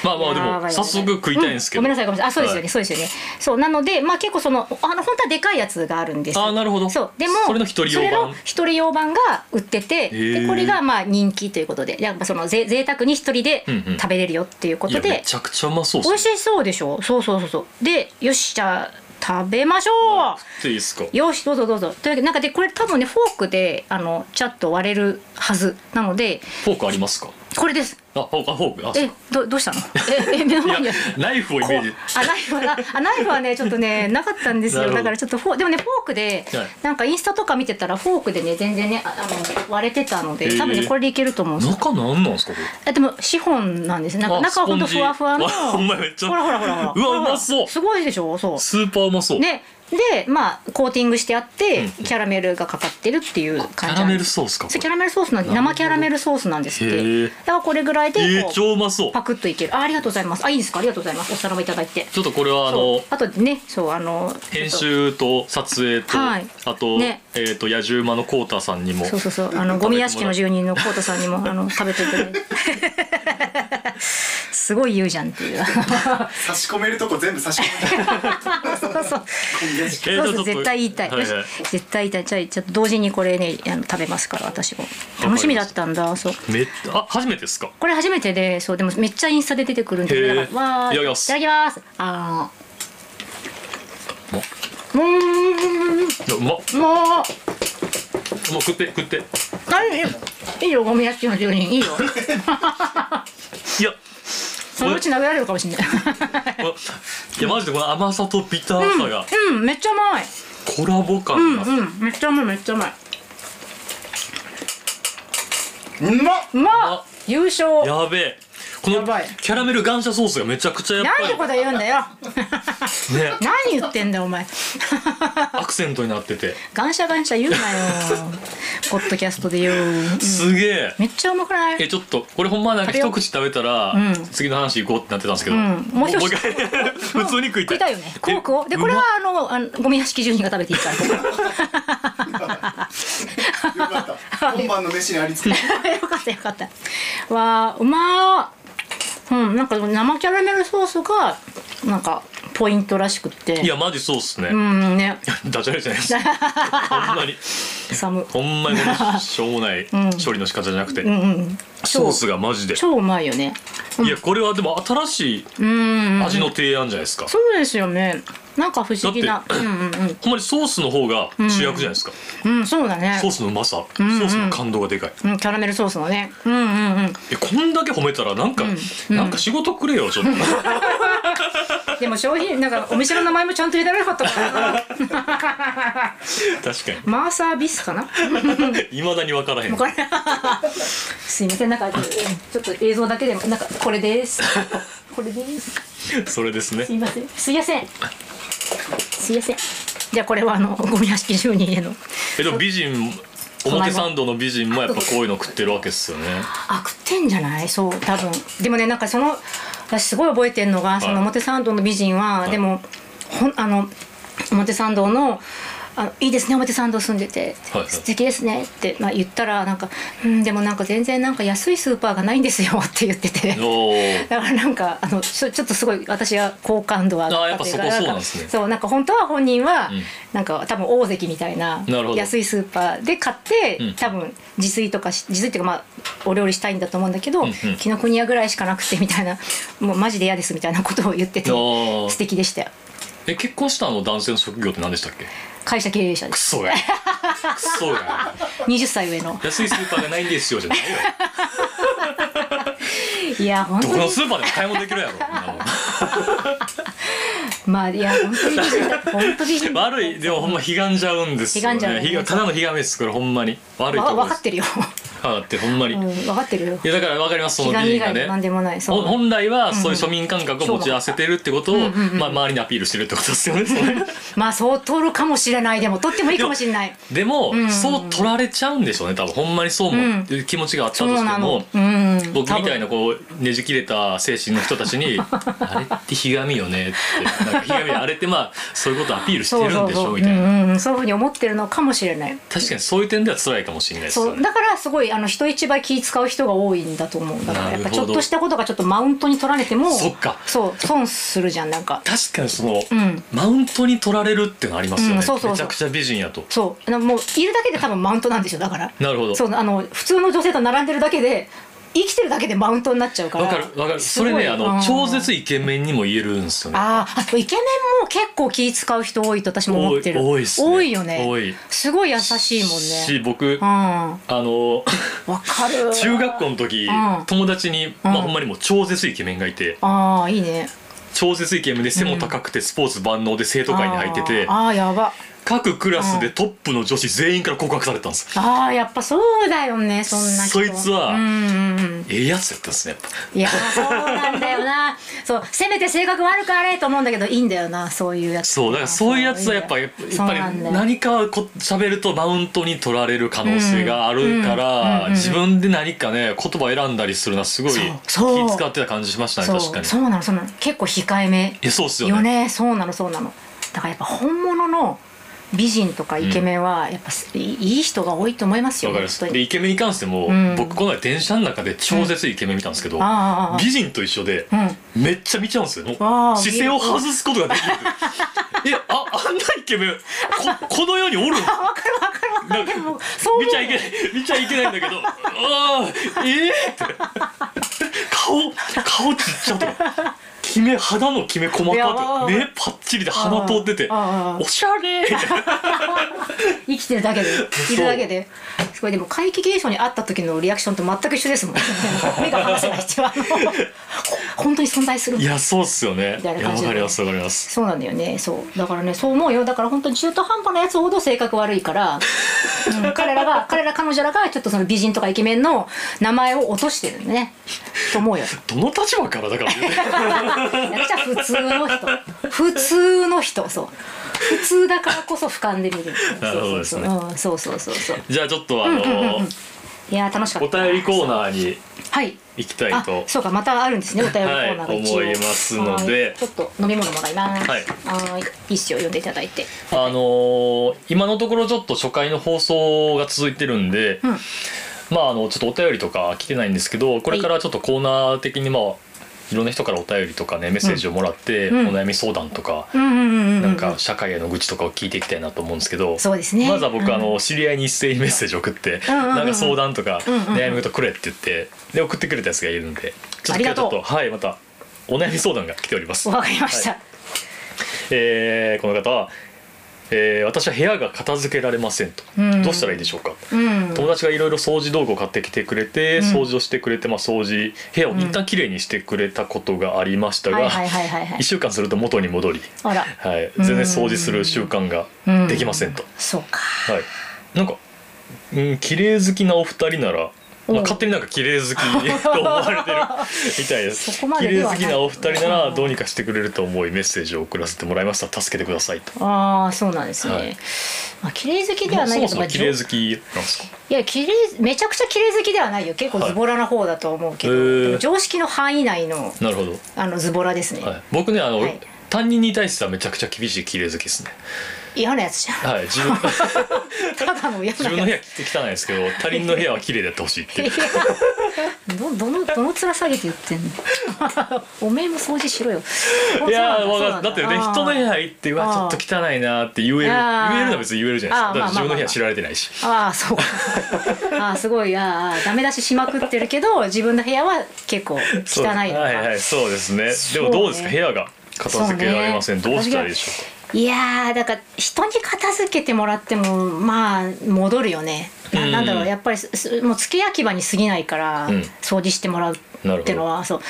Speaker 1: まあまあで
Speaker 2: やば
Speaker 1: も
Speaker 2: い
Speaker 1: 早速食いたいんですけど、
Speaker 2: うんごめんなさいごめんなさいあそうですよね、
Speaker 1: はい
Speaker 2: そうですよねそうなのでまあ結構そのあの本当はでかいやつがあるんです
Speaker 1: あーなるほど
Speaker 2: そうでも
Speaker 1: それの一人用版
Speaker 2: それの一人用版が売ってて
Speaker 1: へー
Speaker 2: でこれがまあ人気ということでやっぱそのぜ贅沢に一人で
Speaker 1: うんうん
Speaker 2: 食べれるよっていうこ
Speaker 1: い
Speaker 2: と
Speaker 1: や
Speaker 2: で、
Speaker 1: めちゃくちゃうまそうっす
Speaker 2: 美
Speaker 1: ね
Speaker 2: 味しそうでしょそうそうそうそうでよしじゃあ食べましょう、
Speaker 1: 食っていいですか
Speaker 2: よしどうぞどうぞというわけでなんかでこれ多分ねフォークであのちゃっと割れるはずなので
Speaker 1: フォークありますか
Speaker 2: これです
Speaker 1: あフォークあフォークあ
Speaker 2: えどどうしたの ええ目の前
Speaker 1: い
Speaker 2: に
Speaker 1: や
Speaker 2: ある
Speaker 1: ナイフをイメージ
Speaker 2: あナイフはあナイフはねちょっ とねなかったんです
Speaker 1: なる
Speaker 2: よ
Speaker 1: ほど
Speaker 2: だからちょっとフォーでもねフォークで、
Speaker 1: はい
Speaker 2: なんかインスタとか見てたらフォークでね全然ねああの割れてたの
Speaker 1: へ
Speaker 2: で
Speaker 1: え
Speaker 2: 多分ねこれでいけると思うんですよ
Speaker 1: 中なんなんですかこれ
Speaker 2: あでもシフォンなんですねなんか
Speaker 1: あ
Speaker 2: 中はほんと
Speaker 1: ス
Speaker 2: ふ
Speaker 1: ポンジ
Speaker 2: わふわの
Speaker 1: あほんまやめっちゃ
Speaker 2: ほらほらほらほら
Speaker 1: うわうまそう
Speaker 2: すごいでしょそう
Speaker 1: スーパーうまそう、
Speaker 2: ねでまあコーティングしてあって、
Speaker 1: うん
Speaker 2: キャラメルがかかってるっていう
Speaker 1: キ
Speaker 2: 感
Speaker 1: ャ
Speaker 2: じな
Speaker 1: ラ
Speaker 2: ん
Speaker 1: メ
Speaker 2: で
Speaker 1: ル
Speaker 2: す
Speaker 1: ソースかこ
Speaker 2: そうキャ
Speaker 1: れ
Speaker 2: ラメルソースなんで生キャラメルソースなんですっ
Speaker 1: へ
Speaker 2: て
Speaker 1: え
Speaker 2: だからこれぐらいで
Speaker 1: え
Speaker 2: こ
Speaker 1: ー、
Speaker 2: う
Speaker 1: 超うまそう
Speaker 2: パクッといけるあありがとうございますあいいですかありがとうございますお皿もいただいて
Speaker 1: ちょっとこれはあ
Speaker 2: そう
Speaker 1: の
Speaker 2: あとでねそうあの
Speaker 1: 編集と撮影と、
Speaker 2: はい
Speaker 1: あと、
Speaker 2: ね
Speaker 1: えっ、と野獣馬のコータさんにも
Speaker 2: そうそうそうあのゴミ屋敷の住人のコートさんにもあの食べていただいてすごい言うじゃんっていう
Speaker 3: 差し込めるとこ全部差し込める。
Speaker 2: そうそう
Speaker 1: えー
Speaker 2: そう
Speaker 1: ち
Speaker 2: そ
Speaker 1: ょっと
Speaker 2: う絶対言いたい、
Speaker 1: はいはい
Speaker 2: よし絶対言いたいじゃあちょっと同時にこれねあの食べますから私も楽しみだったんだそう
Speaker 1: めっあ初めてですか
Speaker 2: これ初めてでそうでもめっちゃインスタで出てくるんで
Speaker 1: へー
Speaker 2: だからわー
Speaker 1: いただきます
Speaker 2: いただきますあーうーん
Speaker 1: いやうまっも
Speaker 2: もう
Speaker 1: う食って食って
Speaker 2: 何いいよゴミ屋敷の住人いいよ
Speaker 1: いや
Speaker 2: そのうち殴られるかもしれない
Speaker 1: これ いやマジでこの甘さとビターさが
Speaker 2: うんめっちゃうまい
Speaker 1: コラボ感が、
Speaker 2: うんめっちゃうまいめっちゃうまいう
Speaker 3: まっ。
Speaker 2: うまっ優勝
Speaker 1: やべえこの
Speaker 2: やばい
Speaker 1: キャラメル感謝ソースがめちゃくちゃやっ
Speaker 2: なんて
Speaker 1: ぱ
Speaker 2: こと言うん だよ
Speaker 1: りね
Speaker 2: 何言ってんだよお前
Speaker 1: アクセントになってて
Speaker 2: ガンシャガンシャ言うなよポッドキャストでよ、うん
Speaker 1: すげえ
Speaker 2: めっちゃうまくない
Speaker 1: えちょっとこれほんまなんか一口食べたら、
Speaker 2: うん
Speaker 1: 次の話行こうってなってたんですけど、
Speaker 2: うんもう一口
Speaker 1: 回普通に食いた
Speaker 2: 食
Speaker 1: い
Speaker 2: いたいよねコークをで
Speaker 1: え
Speaker 2: これは
Speaker 1: う
Speaker 2: あのあのゴミ屋敷住人が食べていいから
Speaker 3: よかった今晩の飯にありつけ
Speaker 2: よかったよかったわあうまーうんなんかでも生キャラメルソースがなんかポイントらしくって
Speaker 1: いやマジそうっすね、
Speaker 2: うんね
Speaker 1: ダジャレじゃない ですほんまに
Speaker 2: 寒
Speaker 1: ほんまにこのしょうもない処理の仕方じゃなくて、
Speaker 2: うんうん
Speaker 1: ソースがマジで、
Speaker 2: 超うまいよね
Speaker 1: いやこれはでも新しい
Speaker 2: うん
Speaker 1: 味の提案じゃないですか、
Speaker 2: そうですよねなんか不思議な
Speaker 1: だ
Speaker 2: うんうん
Speaker 1: ほんまにソースの方が主役じゃないですか、
Speaker 2: うんうんそうだね
Speaker 1: ソースのうまさ、ソースの感動がでかい
Speaker 2: うんキャラメルソースのねうんうんうん
Speaker 1: いやこんだけ褒めたらなんか、なんか仕事くれよちょっと
Speaker 2: でも商品なんかお店の名前もちゃんと入れられなかったからな
Speaker 1: 確かに
Speaker 2: マーサービスかな
Speaker 1: 未だに分からへん
Speaker 2: これすいませんなんかちょっと映像だけでもなんかこれですこれです
Speaker 1: それですね
Speaker 2: すいませんすいませんすいませんじゃあこれはあのゴミ屋敷住人への
Speaker 1: えでも美人表参道の美人もやっぱこういうの食ってるわけですよね
Speaker 2: あ食ってんじゃないそう多分でもねなんかその私すごい覚えてんのが、その表参道の美人は、
Speaker 1: い
Speaker 2: でもほんあの表参道のあの「いいですね表参道住んでて、
Speaker 1: はいはい
Speaker 2: 素敵ですね」って、まあ、言ったらなんか「うんでもなんか全然なんか安いスーパーがないんですよ」って言ってて。
Speaker 1: おー
Speaker 2: だからなんかあのちょちょっとすごい私は好感度は上がったというか
Speaker 1: あやっぱそこそ
Speaker 2: か
Speaker 1: うなんですね
Speaker 2: そうなんか本当は本人は、
Speaker 1: うん
Speaker 2: なんか多分大関みたいな
Speaker 1: なるほど
Speaker 2: 安いスーパーで買って、
Speaker 1: うん
Speaker 2: 多分自炊とかし自炊っていうかまあお料理したいんだと思うんだけど、
Speaker 1: んうん
Speaker 2: 紀ノ国屋ぐらいしかなくてみたいなもうマジで嫌ですみたいなことを言ってて
Speaker 1: あー
Speaker 2: 素敵でしたよ
Speaker 1: え結婚したあの男性の職業って何でしたっけ
Speaker 2: 会社経営者で
Speaker 1: ク
Speaker 2: す
Speaker 1: ソが クソが
Speaker 2: 20歳上の
Speaker 1: 安いスーパーがないんですよじゃない よ
Speaker 2: いや本
Speaker 1: どこ
Speaker 2: 当
Speaker 1: の
Speaker 2: に
Speaker 1: スーパーでも買い物できるやろみんなもん
Speaker 2: まあいや本当に美人だ本当に美人だ
Speaker 1: 悪いでもほんまひがんじゃうんですよ
Speaker 2: ひがんじゃう
Speaker 1: ね
Speaker 2: ね
Speaker 1: ひがただのひがみですこれほんまに悪いと
Speaker 2: わ
Speaker 1: ころ
Speaker 2: 分
Speaker 1: で
Speaker 2: か
Speaker 1: す
Speaker 2: ってるよ、
Speaker 1: あってほんまに、
Speaker 2: うん、
Speaker 1: い
Speaker 2: 分かってるよ
Speaker 1: やだからわかりますその
Speaker 2: ひが
Speaker 1: 美
Speaker 2: み以
Speaker 1: 人
Speaker 2: 外
Speaker 1: が
Speaker 2: の
Speaker 1: ね
Speaker 2: 何でもないそ
Speaker 1: ほ
Speaker 2: うん
Speaker 1: 本来はそういう庶民感覚を持ち合わせてるってことを、まあ、周りにアピールしてるってことです よねそれ
Speaker 2: まあそう取るかもしれないでも取ってもいいかもしれない。
Speaker 1: でも、
Speaker 2: ん
Speaker 1: そう取られちゃうんでしょうね多分ほんまにそう思うっていう気持ちがあった
Speaker 2: そ
Speaker 1: と
Speaker 2: う
Speaker 1: し
Speaker 2: な
Speaker 1: ても
Speaker 2: の。、うん。
Speaker 1: 僕みたい
Speaker 2: な。
Speaker 1: なこうねじ切れた精神の人たちに「あれってひがみよね」ってなんかひがみあれってまあそういうことをアピールして
Speaker 2: そう
Speaker 1: る
Speaker 2: そ
Speaker 1: ん
Speaker 2: う
Speaker 1: でしょ
Speaker 2: そうう。う
Speaker 1: みたいな。
Speaker 2: んうん。そういうふうに思ってるのかもしれない。
Speaker 1: 確かにそういう点では辛いかもしれないです
Speaker 2: そ
Speaker 1: よ
Speaker 2: う
Speaker 1: ね。
Speaker 2: だからすごいあの人一倍気使う人が多いんだと思う。だからやっ
Speaker 1: な
Speaker 2: ぱ
Speaker 1: る
Speaker 2: ちょ
Speaker 1: ほ
Speaker 2: っ
Speaker 1: ど
Speaker 2: としたことがちょっとマウントに取られても、
Speaker 1: そっか
Speaker 2: そう損するじゃんなんか。
Speaker 1: 確かにその、
Speaker 2: うん
Speaker 1: マウントに取られるってのありますよね、
Speaker 2: うんそうそうそう
Speaker 1: めちゃくちゃ美人やと
Speaker 2: そうあのもういるだけで多分マウントなんですよだから。
Speaker 1: なるほど
Speaker 2: そうあの普通の女性と並んでるだけで生きてるだけでマウントになっちゃうから。
Speaker 1: わかるわかる
Speaker 2: す
Speaker 1: そ
Speaker 2: ごい
Speaker 1: れねあ
Speaker 2: う
Speaker 1: の
Speaker 2: ん
Speaker 1: 超絶イケメンにも言えるんですよね
Speaker 2: あーあイケメンも結構気使う人多いと私も思ってる
Speaker 1: 多い多いっすね
Speaker 2: よね
Speaker 1: 多い
Speaker 2: すごい優しいもん
Speaker 1: し
Speaker 2: ね
Speaker 1: 僕
Speaker 2: うん
Speaker 1: あ
Speaker 2: わ
Speaker 1: の
Speaker 2: かる
Speaker 1: 中学校の時、
Speaker 2: うん
Speaker 1: 友達に、まあ、ほんまにもう超絶イケメンがいて
Speaker 2: ああいいね
Speaker 1: 超絶イケメンで背も高くて、スポーツ万能で生徒会に入ってて
Speaker 2: あーあーやば
Speaker 1: 各クラスでトップの女子全員から告白されたんです、
Speaker 2: ああやっぱそうだよねそんな人
Speaker 1: そいつは
Speaker 2: うんうんうん
Speaker 1: ええやつやったんですねやっぱ
Speaker 2: いやそうなんだよな そうせめて性格悪くあれと思うんだけどいいんだよなそういうやつ
Speaker 1: そうだからそういうやつはやっぱやっ
Speaker 2: そう
Speaker 1: ぱ
Speaker 2: なん
Speaker 1: り
Speaker 2: だよ
Speaker 1: 何かこ喋るとマウントに取られる可能性があるから自分で何かね言葉選んだりするのはすごい気
Speaker 2: そうそう
Speaker 1: 使ってた感じしましたね
Speaker 2: そう
Speaker 1: 確かに。
Speaker 2: そうなのそうなの結構控えめ
Speaker 1: いやそうっすよ
Speaker 2: よ
Speaker 1: ね。
Speaker 2: ねそうなのそうなのだからやっぱ本物の美人とかイケメンはやっぱすいいい人が多いと思いますよ
Speaker 1: わかり
Speaker 2: 本
Speaker 1: ます
Speaker 2: 当
Speaker 1: で
Speaker 2: に
Speaker 1: イケメンに関しても、
Speaker 2: ん
Speaker 1: 僕この前電車の中で超絶イケメン見たんですけど、
Speaker 2: ああああ
Speaker 1: 美人と一緒で、めっちゃ見ちゃうんですよ
Speaker 2: わあ
Speaker 1: 視線を外すことができ るえああんなイケメンここの世におるん
Speaker 2: あわかるわかるわかるでもそう思
Speaker 1: 見
Speaker 2: う
Speaker 1: ちゃいけない見ちゃいけないんだけ どああええって顔顔ちっちゃとかキメ肌のキメ細
Speaker 2: いや
Speaker 1: か
Speaker 2: わあ
Speaker 1: く目パッチリで鼻通ってて
Speaker 2: ああああ
Speaker 1: おしゃれ
Speaker 2: 生きてるだけで
Speaker 1: そう
Speaker 2: いるだけですごいでも怪奇現象に会った時のリアクションと全く一緒ですもん 目が離せないっていうあのほ本当に存在する
Speaker 1: いやそうっすよねい
Speaker 2: みたいな
Speaker 1: や
Speaker 2: 感
Speaker 1: わ
Speaker 2: じで
Speaker 1: かりますわかります
Speaker 2: そうなんだよねそうだからねそう思うよだから本当に中途半端なやつほど性格悪いから、 うん彼らが彼ら彼女らがちょっとその美人とかイケメンの名前を落としてるんだねと思うよ
Speaker 1: どの立場からだから、ね、
Speaker 2: いや私は普通の人普通通の人そう普通だからこそ俯瞰で見る
Speaker 1: なるほどですね
Speaker 2: そうそうそううんそうそうそうそう
Speaker 1: じゃあちょっとあの、
Speaker 2: いやー楽しかった
Speaker 1: お便りコーナーに
Speaker 2: はい
Speaker 1: 行きたい
Speaker 2: あ
Speaker 1: と
Speaker 2: そうかまたあるんですねお便りコーナーが一応、
Speaker 1: はい思いますので
Speaker 2: はいちょっと飲み物もらいます
Speaker 1: はい
Speaker 2: い一章読んでいただいて
Speaker 1: あのー今のところちょっと初回の放送が続いてるんで、
Speaker 2: うん
Speaker 1: まああのちょっとお便りとか来てないんですけどこれからちょっとコーナー的にまあいろんな人からお便りとかねメッセージをもらって、
Speaker 2: うん
Speaker 1: お悩み相談とか、
Speaker 2: うんうんうんうん
Speaker 1: なんか社会への愚痴とかを聞いていきたいなと思うんですけど、
Speaker 2: そうですね
Speaker 1: まずは僕、
Speaker 2: うん
Speaker 1: あの知り合いに一斉にメッセージ送って、
Speaker 2: うんうんうん
Speaker 1: なんか相談とか、
Speaker 2: うんうんうん
Speaker 1: 悩み事くれって言ってで送ってくれたやつがいるんでちょっと今日
Speaker 2: あり
Speaker 1: ちょ
Speaker 2: が
Speaker 1: っ
Speaker 2: とう
Speaker 1: とはいまたお悩み相談が来ております。
Speaker 2: わかりました、
Speaker 1: はいえーこの方は、えー私は部屋が片付けられませんと、
Speaker 2: うん
Speaker 1: どうしたらいいでしょうか、
Speaker 2: うん
Speaker 1: 友達がいろいろ掃除道具を買ってきてくれて、
Speaker 2: うん
Speaker 1: 掃除をしてくれて、まあ、掃除部屋を一旦きれいにしてくれたことがありましたが、
Speaker 2: はいはいはいはいはい
Speaker 1: 1週間すると元に戻り、
Speaker 2: あら
Speaker 1: はい、全然掃除する習慣が
Speaker 2: うん
Speaker 1: できませんと、
Speaker 2: そうか
Speaker 1: はい、なんか、うん、綺麗好きなお二人なら、ま
Speaker 2: お
Speaker 1: あ、
Speaker 2: う
Speaker 1: 勝手になんか綺麗好きと思われて るみたいです
Speaker 2: そこま
Speaker 1: 綺
Speaker 2: でで
Speaker 1: 麗
Speaker 2: は
Speaker 1: 好
Speaker 2: ない
Speaker 1: きなお二人ならどうにかしてくれると思いメッセージを送らせてもらいました助けてくださいと。
Speaker 2: ああそうなんですね、
Speaker 1: はい
Speaker 2: まあ綺麗好きではない
Speaker 1: そ
Speaker 2: け
Speaker 1: も
Speaker 2: ど、
Speaker 1: そ
Speaker 2: ま
Speaker 1: も
Speaker 2: あ
Speaker 1: 綺麗好きなんですか。
Speaker 2: いや綺麗めちゃくちゃ綺麗好きではないよ結構ズボラな方だと思うけど、
Speaker 1: はいへー
Speaker 2: でも常識の範囲内の
Speaker 1: なるほど。
Speaker 2: あのズボラですね、
Speaker 1: はい、僕ねあの、
Speaker 2: はい
Speaker 1: 担任に対してはめちゃくちゃ厳しい綺麗好きですね。
Speaker 2: 嫌なやつじゃん
Speaker 1: はい、自 分
Speaker 2: ただの嫌
Speaker 1: 自分
Speaker 2: な
Speaker 1: の部
Speaker 2: や
Speaker 1: 屋汚いですけど他人の部屋は綺麗でやってほしいって
Speaker 2: つ
Speaker 1: いう。
Speaker 2: いやどどのどの面下げて言ってんの おめえも掃除しろよ
Speaker 1: いやーわか
Speaker 2: そう
Speaker 1: る
Speaker 2: なん
Speaker 1: だってね人の部
Speaker 2: あ
Speaker 1: 屋入ってうわちょっと汚いなーって言える言える
Speaker 2: あー
Speaker 1: のは別に言えるじゃないですかだって自分の部屋知られてないし
Speaker 2: ーあーそう かあーすごいあーあーダメ出ししまくってるけど自分の部屋は結構汚いの
Speaker 1: そう
Speaker 2: か
Speaker 1: はいはいそうですねで
Speaker 2: そうね
Speaker 1: もどうですか部屋が片付けられません、
Speaker 2: そうね
Speaker 1: どうしたらいいでしょ
Speaker 2: いやーだから人に片付けてもらってもまあ戻るよね。な
Speaker 1: うん
Speaker 2: なんだろうやっぱりすすもう付け焼き場に過ぎないから、
Speaker 1: うん
Speaker 2: 掃除してもらう
Speaker 1: なるほど
Speaker 2: っていうのはそう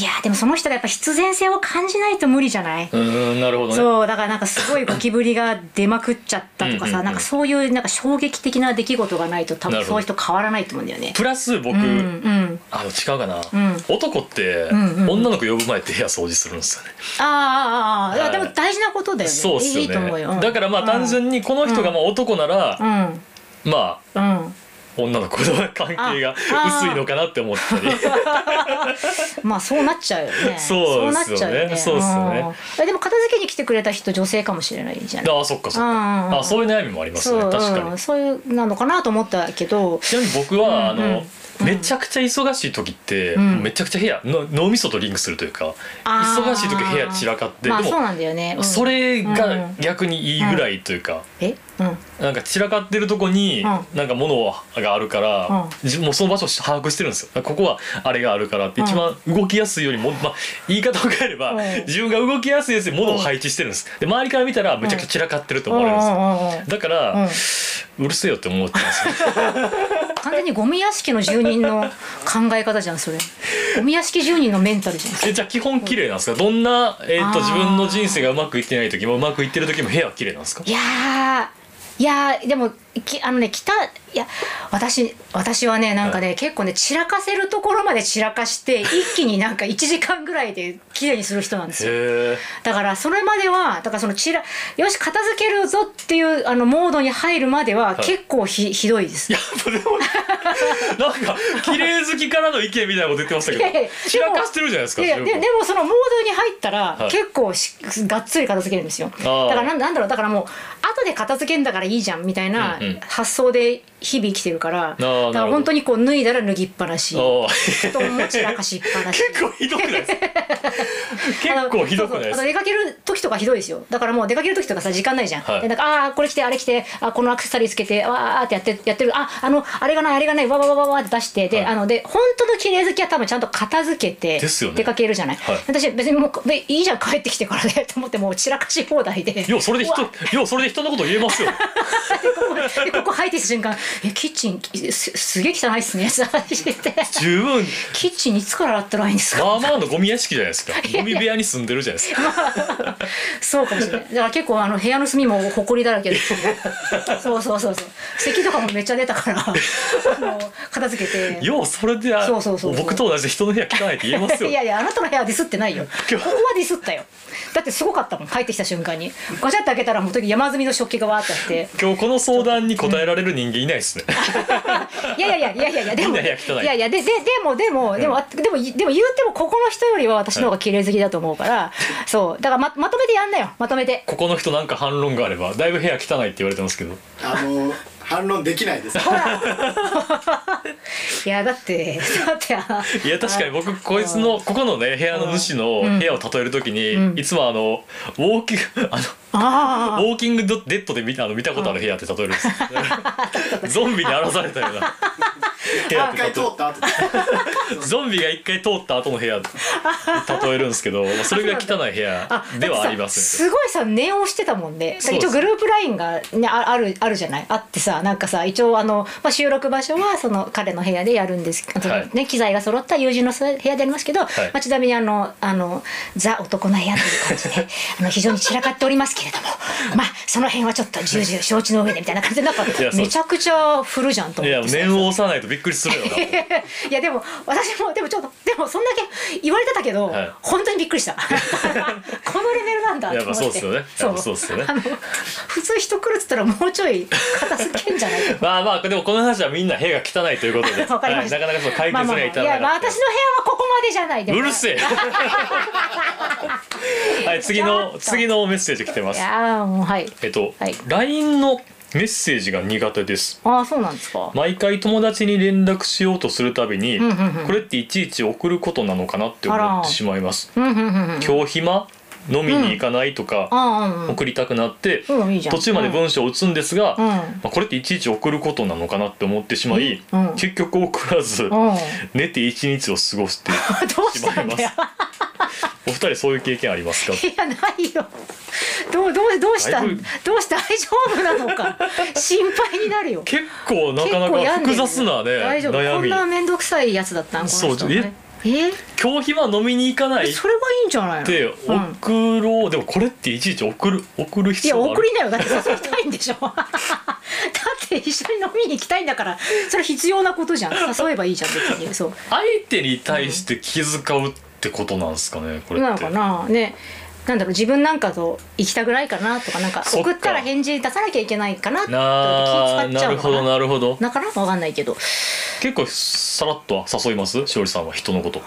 Speaker 2: いやーでもその人がやっぱ必然性を感じないと無理じゃない、
Speaker 1: うかうーんなるほどね
Speaker 2: そうだからなんかすごいゴキブリが出まくっちゃったとか
Speaker 1: うんうん
Speaker 2: さ
Speaker 1: うん
Speaker 2: なんかそういうなんか衝撃的な出来事がないと多
Speaker 1: な
Speaker 2: 分
Speaker 1: る
Speaker 2: そう
Speaker 1: ほ
Speaker 2: い
Speaker 1: ど
Speaker 2: う人変わらないと思うんだよね。
Speaker 1: プラス僕、
Speaker 2: うんうん、
Speaker 1: あの違うかな、
Speaker 2: ん
Speaker 1: 男って、
Speaker 2: んうん
Speaker 1: 女の子呼ぶ前って部屋掃除するんですよね、
Speaker 2: あーあーあー、いや
Speaker 1: はい
Speaker 2: でも大事なことだよね
Speaker 1: そうっすよね
Speaker 2: いいと思うよ、うん
Speaker 1: だからまあ単純にこの人がまあ男なら、
Speaker 2: うん
Speaker 1: まあ
Speaker 2: うん
Speaker 1: 女の子とは関係が
Speaker 2: あ
Speaker 1: 薄いのかなって思 ったり
Speaker 2: まあそうなっちゃうよ ね。
Speaker 1: そうですよね
Speaker 2: なっちゃうよね。
Speaker 1: そうっすよね
Speaker 2: うんえでも片付けに来てくれた人女性かもしれないじゃない。
Speaker 1: ああそっかそっか、
Speaker 2: うんうんうん
Speaker 1: あそういう悩みもありますね
Speaker 2: う、
Speaker 1: 確かに、
Speaker 2: うん、そういうなのかなと思ったけど。
Speaker 1: ちなみに僕は、
Speaker 2: うんうん
Speaker 1: あのめちゃくちゃ忙しい時って、
Speaker 2: うん
Speaker 1: めちゃくちゃ部屋の脳みそとリンクするというか
Speaker 2: あー
Speaker 1: 忙しい時部屋散らかって、
Speaker 2: まあ
Speaker 1: で
Speaker 2: そう
Speaker 1: も
Speaker 2: なんだよね。うん
Speaker 1: それ
Speaker 2: う
Speaker 1: が
Speaker 2: ん
Speaker 1: 逆にいいぐらいというか、
Speaker 2: え、うん、
Speaker 1: なんか散らかってるとこに、
Speaker 2: う
Speaker 1: なんか物があるから、
Speaker 2: うん
Speaker 1: 自分もうその場所を把握してるんですよここはあれがあるからって一番動きやすいよりも、まあ、言い方を変えれば、
Speaker 2: うん
Speaker 1: 自分が動きやすいやつに物を配置してるんですで周りから見たらめちゃくちゃ散らかってると思われるんですよ、
Speaker 2: うんうんうん
Speaker 1: だから、
Speaker 2: う
Speaker 1: うるせえよって思ってますよ
Speaker 2: ん完全にゴミ屋敷の住人の考え方じゃんそれ。ゴミ屋敷住人のメンタルじゃん。
Speaker 1: えじゃあ基本綺麗なんですかどんな、えー、と
Speaker 2: あー
Speaker 1: 自分の人生がうまくいってない時もうまくいってる時も部屋は綺麗なんですか
Speaker 2: いやーいやーでもきあのね北いや私私はねなんかね、結構ね散らかせるところまで散らかして一気になんか1時間ぐらいで綺麗にする人なんですよ
Speaker 1: へえ
Speaker 2: だからそれまではだからその散らよし片付けるぞっていうあのモードに入るまでは
Speaker 1: はい
Speaker 2: 結構ひ,、ひどいで
Speaker 1: い
Speaker 2: す
Speaker 1: やでもなんか綺麗好きからの意見みたいなこと言ってましたけど
Speaker 2: いやいやでも
Speaker 1: 散らかしてるじゃないです
Speaker 2: い
Speaker 1: か
Speaker 2: やいや
Speaker 1: 十
Speaker 2: でで
Speaker 1: 分
Speaker 2: もそのモードに入ったら、
Speaker 1: はい
Speaker 2: 結構しがっつり片付けるんですよだ
Speaker 1: あー
Speaker 2: からなんなんだろうだからもう後で片付けんだからいいじゃんみたいな
Speaker 1: うんうん
Speaker 2: 発想で日々生きてるから、
Speaker 1: なるほど
Speaker 2: だから本当にこう脱いだら脱ぎっぱなし
Speaker 1: おー
Speaker 2: 布団も散らかしっぱなし
Speaker 1: 結構ひどくないですか結構ひどくないで
Speaker 2: あ
Speaker 1: す
Speaker 2: のそうそうあと
Speaker 1: か
Speaker 2: 出かける時とかひどいですよだからもう出かける時とかさ時間ないじゃん、
Speaker 1: はい
Speaker 2: でなんかああーこれ着てあれ着てあーこのアクセサリーつけてわーってやってやってるああのあれがないあれがないわわわわわって出してで、
Speaker 1: はい
Speaker 2: あので本当の綺麗好きは多分ちゃんと片付けて
Speaker 1: ですよね
Speaker 2: 出かけるじゃない、
Speaker 1: はい
Speaker 2: 私別にもうでいいじゃん帰ってきて からでと思ってもう散らかし放題で
Speaker 1: ようそれで
Speaker 2: うわ
Speaker 1: 人ようそれで人のこと言えますよ
Speaker 2: ここでここ入ってきた瞬間「えキッチンすすげえ汚いっすね」 って話して
Speaker 1: 十分
Speaker 2: 「キッチンいつから洗ったらいいんですか?
Speaker 1: まあまあのゴミ屋敷じゃないですかゴミ部屋に住んでるじゃないですか」
Speaker 2: そうかもしれないだから結構あの部屋の隅もほこりだら けでそうそうそうそう咳とかもめっちゃ出 たからあの片付けて
Speaker 1: ようそれであ
Speaker 2: そうそうそうそう
Speaker 1: 僕と同じで人の部屋汚いって言えますよ
Speaker 2: いやいやあなたの部屋はディスってないよここはディスったよだってすごかったもん入ってきた瞬間にガチャって開けたらもう時山積みの食器がわーってあって
Speaker 1: 今日この相談に答えられる人間いないですね
Speaker 2: いやいやいやいやいやで
Speaker 1: み
Speaker 2: も
Speaker 1: んな部屋汚い
Speaker 2: いやいやでででもでもでも、あでもいでも言うてもここの人よりは私の方が綺麗好きだと思うから、そうだからままとめてやんなよまとめて
Speaker 1: ここの人なんか反論があればだいぶ部屋汚いって言われてますけど
Speaker 3: あの反論できないです。
Speaker 2: いやだってだってあ
Speaker 1: いや確かに僕こいつのここのね部屋の主の部屋を例えるときに、いつもあのウォーキングあの
Speaker 2: あ
Speaker 1: ウォーキングデッドで見たあの見たことある部屋って例えるん ですよゾンビに荒らされたような部屋っ
Speaker 3: 一
Speaker 1: て例
Speaker 3: 回通った後。
Speaker 1: えゾンビが一回通った後の部屋で例えるんですけどそれぐらい汚い部屋ではありま
Speaker 2: だって
Speaker 1: せん
Speaker 2: さすごいさ念をしてたもんね
Speaker 1: そう
Speaker 2: 一
Speaker 1: です
Speaker 2: 応グループラインが、ね、ああるあるじゃないあってさなんかさ一応あの、まあ、収録場所はその彼の部屋でやるんですけど、
Speaker 1: はい
Speaker 2: ね、機材が揃った友人の部屋でありますけど、
Speaker 1: い
Speaker 2: まあ、ちなみにあのあのザ男の部屋という感 じであの非常に散らかっておりますけれどもまあその辺はちょっと重々承知の上でみたいな感じでなんか
Speaker 1: そうです
Speaker 2: めちゃくちゃ振るじゃんと
Speaker 1: い
Speaker 2: 思
Speaker 1: や
Speaker 2: ってさ
Speaker 1: 念を押さないとびっくりするよな
Speaker 2: いやでも私もでもちょっとでもそんだけ言われてたけど、
Speaker 1: はい
Speaker 2: 本当にびっくりした このレベルなんだと思って
Speaker 1: やっぱそうっすよねやっぱそうっすよね
Speaker 2: あの普通人来るっつったらもうちょい片付け んじゃないか
Speaker 1: まあまあでもこの話はみんな部屋が汚いということで、
Speaker 2: わかりま
Speaker 1: はい
Speaker 2: した、
Speaker 1: なかなかそう解決にはいただ
Speaker 2: まあまあまあいやまあ
Speaker 1: なかっ
Speaker 2: 私
Speaker 1: た
Speaker 2: の部屋はここまでじゃないで
Speaker 1: う
Speaker 2: も
Speaker 1: るせえ はい次
Speaker 2: ちょっ
Speaker 1: の
Speaker 2: と
Speaker 1: 次のメッセージ来てま
Speaker 2: い
Speaker 1: す
Speaker 2: やーもうはい
Speaker 1: えっと、
Speaker 2: はい
Speaker 1: LINE のメッセージが苦手です
Speaker 2: ああそうなんですか
Speaker 1: 毎回友達に連絡しようとするたびに、
Speaker 2: んうんうん
Speaker 1: これっていちいち送ることなのかなって
Speaker 2: あ
Speaker 1: 思っ
Speaker 2: ら
Speaker 1: てしまいます
Speaker 2: うんうんうんうん
Speaker 1: 今日暇飲みに行かないとか、
Speaker 2: あーうんうん
Speaker 1: 送りたくなって、
Speaker 2: うんいいじゃん
Speaker 1: 途中まで文章を打つんですが、
Speaker 2: うん
Speaker 1: まあ、これっていちいち送ることなのかなって思ってしまい、
Speaker 2: うん
Speaker 1: 結局送らず、
Speaker 2: うん
Speaker 1: 寝て一日を過ご して
Speaker 2: どうしたんだよ
Speaker 1: お二人そういう経験ありますか
Speaker 2: いやないよどうどうどうした
Speaker 1: だ
Speaker 2: ん
Speaker 1: いぶ
Speaker 2: どうして大丈夫なのか心配になるよ
Speaker 1: 結構なかな
Speaker 2: 結構
Speaker 1: か
Speaker 2: 病ん
Speaker 1: 複
Speaker 2: でるよ
Speaker 1: 雑なね
Speaker 2: 大丈夫
Speaker 1: 悩
Speaker 2: こん
Speaker 1: み
Speaker 2: な面倒くさいやつだったんこの人、ね、え
Speaker 1: 今日暇飲みに行かない
Speaker 2: え
Speaker 1: っ
Speaker 2: それはいいんじゃないの
Speaker 1: て
Speaker 2: うん
Speaker 1: 送ろう、でもこれっていちいち送る送る必
Speaker 2: いや
Speaker 1: 要があ
Speaker 2: 送
Speaker 1: る
Speaker 2: りなよだって誘いたいんでしょだって一緒に飲みに行きたいんだからそれ必要なことじゃん誘えばいいじゃん別にそう
Speaker 1: 相手に対して気遣うってことなんですかねこれって
Speaker 2: なのかなねなんだろう自分なんかと行きたくないかなとかなんか
Speaker 1: そっか
Speaker 2: 送ったら返事出さなきゃいけないかなって気
Speaker 1: な
Speaker 2: 使
Speaker 1: あ
Speaker 2: っち
Speaker 1: な
Speaker 2: ゃう
Speaker 1: る
Speaker 2: の
Speaker 1: ほ
Speaker 2: かな
Speaker 1: どなるほど
Speaker 2: だからわかんないけど
Speaker 1: 結構さらっとは誘いますしおりさんは人のこと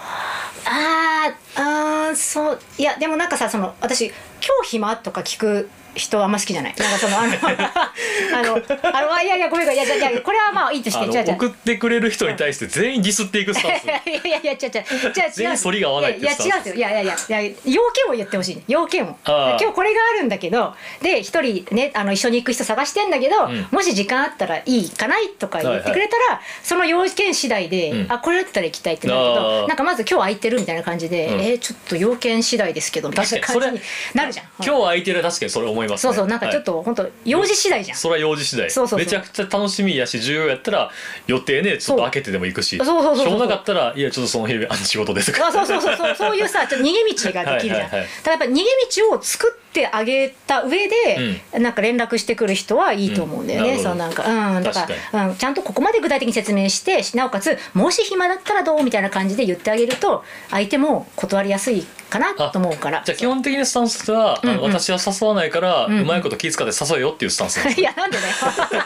Speaker 2: あーあーそういやでもなんかさその私「今日暇?」とか聞く人はあんま好きじゃないなんかそのあ のあのあのあいやいやごめんごめんいやいやいやこれはまあいいとして
Speaker 1: あ
Speaker 2: 違う
Speaker 1: の
Speaker 2: 違う
Speaker 1: 送ってくれる人に対して全員ディスっていくスタ ンス
Speaker 2: いやいやいや違う違う違う
Speaker 1: 全員反りが合わないって
Speaker 2: いやいや違うんですよいやいやいやいや要件を言ってほしいね要件を
Speaker 1: あー
Speaker 2: 今日これがあるんだけどで一人ねあの一緒に行く人探してんだけど、
Speaker 1: ん
Speaker 2: もし時間あったらいいかないとか言ってくれたら、その要件次第で、
Speaker 1: うん
Speaker 2: あこれだったら行きたいってなるけ
Speaker 1: あー
Speaker 2: どなんかまず今日空いてるみたいな感じで、
Speaker 1: うん
Speaker 2: えーちょっと要件次第ですけどみたいな
Speaker 1: 確
Speaker 2: 感
Speaker 1: かに
Speaker 2: じに
Speaker 1: そ
Speaker 2: なるじゃん。
Speaker 1: 今日空いてる確かにそれ思います、
Speaker 2: そ
Speaker 1: ね、
Speaker 2: うそうなんかちょっ
Speaker 1: はい
Speaker 2: と本当用事次第じゃん。
Speaker 1: それは用事次第
Speaker 2: そうそうそう
Speaker 1: めちゃくちゃ楽しみやし重要やったら予定ねちょっと開けてでも行くし
Speaker 2: そうそうそうそうそう
Speaker 1: しょうもなかったらいやちょっとその日あの仕事ですとか
Speaker 2: あそうそうそうそうそういうさちょっと逃げ道ができるじゃ
Speaker 1: は
Speaker 2: ん。
Speaker 1: いはいはい
Speaker 2: ただやっぱ逃げ道を作ってあげた上で、なんか連絡してくる人はいいと思うんだよね。
Speaker 1: うん
Speaker 2: そ
Speaker 1: な
Speaker 2: う
Speaker 1: るほ
Speaker 2: なんかうんだか
Speaker 1: 確
Speaker 2: ら、うん、ちゃんとここまで具体的に説明してしなおかつもし暇だったらどうみたいな感じで言ってあげると相手も断りやすいかなと思うから
Speaker 1: じ。ゃあ基本的なスタンスは、あの
Speaker 2: うんうん
Speaker 1: 私は誘わないから、う
Speaker 2: うん
Speaker 1: まいこと気遣って誘えよっていうスタンスなんです
Speaker 2: いやなんでだ よ。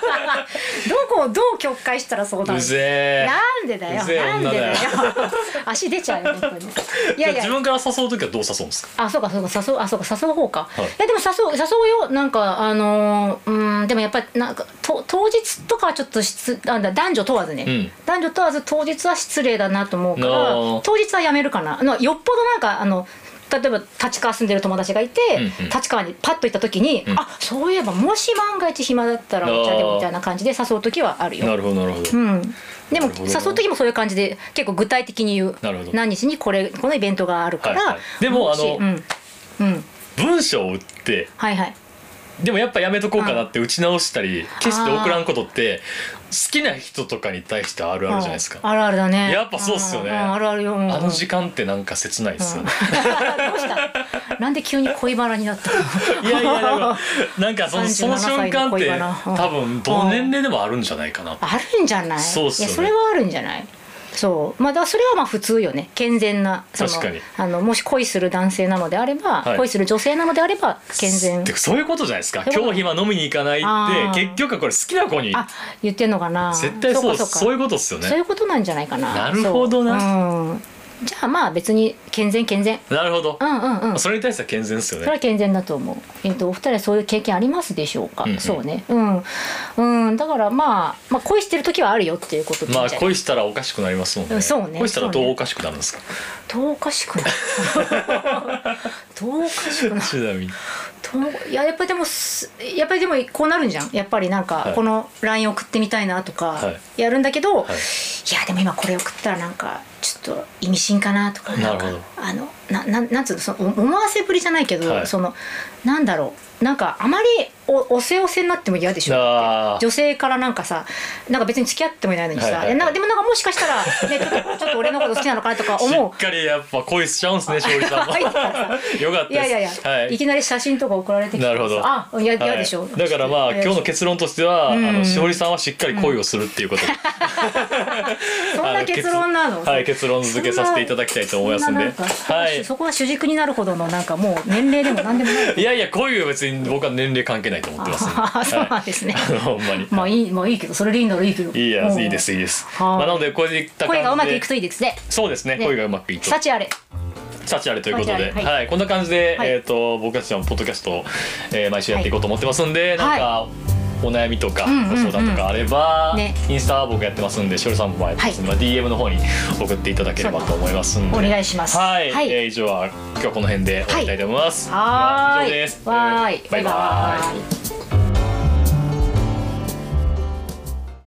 Speaker 2: どこをどう曲解したらそうだ
Speaker 1: うぜえ
Speaker 2: なんでだよ。
Speaker 1: うぜえ
Speaker 2: なんでだよ
Speaker 1: 女。
Speaker 2: 足出ちゃうよ本当に。い
Speaker 1: じゃ
Speaker 2: や
Speaker 1: あ
Speaker 2: いや
Speaker 1: 自。分から誘う時はどう誘うんですか
Speaker 2: あ、そうか、そうか、誘う、あ、そうか、誘う方か。
Speaker 1: い
Speaker 2: い、や、でも、誘う、誘うよ、なんか、あのーうん、でも、やっぱり、なんか、と、当日とか、はちょっと、しつ、なんだ、男女問わずね。
Speaker 1: うん
Speaker 2: 男女問わず、当日は失礼だなと思うから
Speaker 1: あー、
Speaker 2: 当日はやめるかな、あの、よっぽど、なんか、あの。例えば立川住んでる友達がいて、
Speaker 1: うんうん
Speaker 2: 立川にパッと行った時に、
Speaker 1: ん
Speaker 2: あそういえばもし万が一暇だったらお茶で
Speaker 1: あー
Speaker 2: もみたいな感じで誘う時はあるよ。
Speaker 1: なるほどなるほど、
Speaker 2: うん、でも
Speaker 1: なるほど
Speaker 2: 誘う時もそういう感じで結構具体的に言う
Speaker 1: なるほど
Speaker 2: 何日にこれこのイベントがあるから、
Speaker 1: はいはいでも
Speaker 2: し
Speaker 1: あの
Speaker 2: うん、うん、
Speaker 1: 文章を打って
Speaker 2: はいはい
Speaker 1: でもやっぱやめとこうかなって打ち直したり決して送らんことって好きな人とかに対してあるあるじゃないですか
Speaker 2: うんあるあるだね
Speaker 1: やっぱそうっすよね
Speaker 2: んんあるあるよ、うん
Speaker 1: あの時間ってなんか切ないですよね、
Speaker 2: どうしたなんで急に恋バナになったの
Speaker 1: いやいやなんかなんかそのその
Speaker 2: 37
Speaker 1: 瞬間っ
Speaker 2: 歳の恋
Speaker 1: て
Speaker 2: バナうん
Speaker 1: 多分どの年齢でもあるんじゃないかな
Speaker 2: あるんじゃない
Speaker 1: そうっすよね
Speaker 2: いやそれはあるんじゃないそうまあだからそれはまあ普通よね健全なその
Speaker 1: 確かに
Speaker 2: あのもし恋する男性なのであれば、
Speaker 1: はい
Speaker 2: 恋する女性なのであれば健全
Speaker 1: てかそういうことじゃないですか
Speaker 2: そういうこ
Speaker 1: 今
Speaker 2: と
Speaker 1: 日今飲みに行かない
Speaker 2: あ
Speaker 1: っ
Speaker 2: ー
Speaker 1: て結局はこれ好きな子に
Speaker 2: あ言ってんのかな
Speaker 1: 絶対そうそう
Speaker 2: か
Speaker 1: いうことですよ
Speaker 2: そうい
Speaker 1: ね
Speaker 2: うことなんじゃないかな
Speaker 1: なるほどな
Speaker 2: そううんじゃあまあ別に健全健全
Speaker 1: なるほど
Speaker 2: う、んうんうん
Speaker 1: それに対しては健全ですよ
Speaker 2: それ
Speaker 1: ね
Speaker 2: は健全だと思う。えっ、とお二人はそういう経験ありますでしょうか。
Speaker 1: うんうん
Speaker 2: そうね。うん。うん。だからまあまあ恋してる時はあるよっていうことでいいん
Speaker 1: まあ
Speaker 2: じゃない
Speaker 1: 恋したらおかしくなりますもん
Speaker 2: う
Speaker 1: ね
Speaker 2: んそうね
Speaker 1: 恋したら
Speaker 2: そ
Speaker 1: ど
Speaker 2: う
Speaker 1: う
Speaker 2: ね
Speaker 1: おかしくなるんですか、
Speaker 2: どうおかしくない。 ど うおかしくない。
Speaker 1: ちなみに
Speaker 2: どういややっぱりでもすやっぱりでもこうなるんじゃん。やっぱりなんか、
Speaker 1: はい
Speaker 2: このライン送ってみたいなとか
Speaker 1: は
Speaker 2: やるんだけど、
Speaker 1: はい
Speaker 2: い、やでも今これ送ったらなんかちょっと意味深かなとかなんか
Speaker 1: なるほ
Speaker 2: あのななんなんつうのそのお思わせぶりじゃないけど、
Speaker 1: はい
Speaker 2: そのなんだろうなんかあまりおおせおせになっても嫌でしょ。
Speaker 1: あー
Speaker 2: 女性からなんかさなんか別に付き合ってもいないのにさ、
Speaker 1: はいはいはい
Speaker 2: えなんかでもなんかもしかしたら、ね、ちょっとちょっと俺のこと好きなのかなとか
Speaker 1: し
Speaker 2: 思う
Speaker 1: っかりやっぱ恋しちゃうんですね勝利さんも
Speaker 2: 入
Speaker 1: よ
Speaker 2: ってた
Speaker 1: か
Speaker 2: ら
Speaker 1: ったです
Speaker 2: いやいやいや、
Speaker 1: はい
Speaker 2: い、きなり写真とか送られてきて
Speaker 1: なるほど
Speaker 2: あいや嫌でしょ、
Speaker 1: はいだからまあ
Speaker 2: ちょっと
Speaker 1: 今日の結論としては、
Speaker 2: うん
Speaker 1: あのしおりさんはしっかり恋をするっていうことで、
Speaker 2: そんな結論なの
Speaker 1: はい結論付けさせていただきたいと思いますんで
Speaker 2: そななんか
Speaker 1: はい
Speaker 2: そこは主軸になるほどのなんかもう年齢でも何でもない
Speaker 1: いやいや恋は別に僕は年齢関係ないと思ってますんで
Speaker 2: ああそう
Speaker 1: は
Speaker 2: なんですね、
Speaker 1: い、あの ほんまに、
Speaker 2: まあいいまあいいけどそれでいいならいいけど
Speaker 1: い、いや
Speaker 2: うん
Speaker 1: いいですいいです、
Speaker 2: はい
Speaker 1: まあ、なのでこれでいった感じで
Speaker 2: 声がうまくいくといいですね
Speaker 1: そうですね
Speaker 2: ね
Speaker 1: 恋がうまくいくと
Speaker 2: 幸あれ
Speaker 1: 幸あれということで、
Speaker 2: 幸あ
Speaker 1: は
Speaker 2: れ
Speaker 1: い、
Speaker 2: はい
Speaker 1: こんな感じで、
Speaker 2: はい
Speaker 1: えっ、と僕たちのポッドキャストを、えー毎週やっていこうと思ってますんで、なんか。お悩みとか
Speaker 2: んうんうん
Speaker 1: ご相談とかあれば、
Speaker 2: ね
Speaker 1: インスタは僕やってますんでしおりさんもやってますんで、まあ DM の方に送っていただければと思いますんで
Speaker 2: そうだお願いします
Speaker 1: はい、
Speaker 2: はい
Speaker 1: えー以上は今日はこの辺で終わりたいと思います、
Speaker 2: は
Speaker 1: では以
Speaker 2: ーい
Speaker 1: 上です
Speaker 2: わーい
Speaker 1: バイバイ
Speaker 2: イ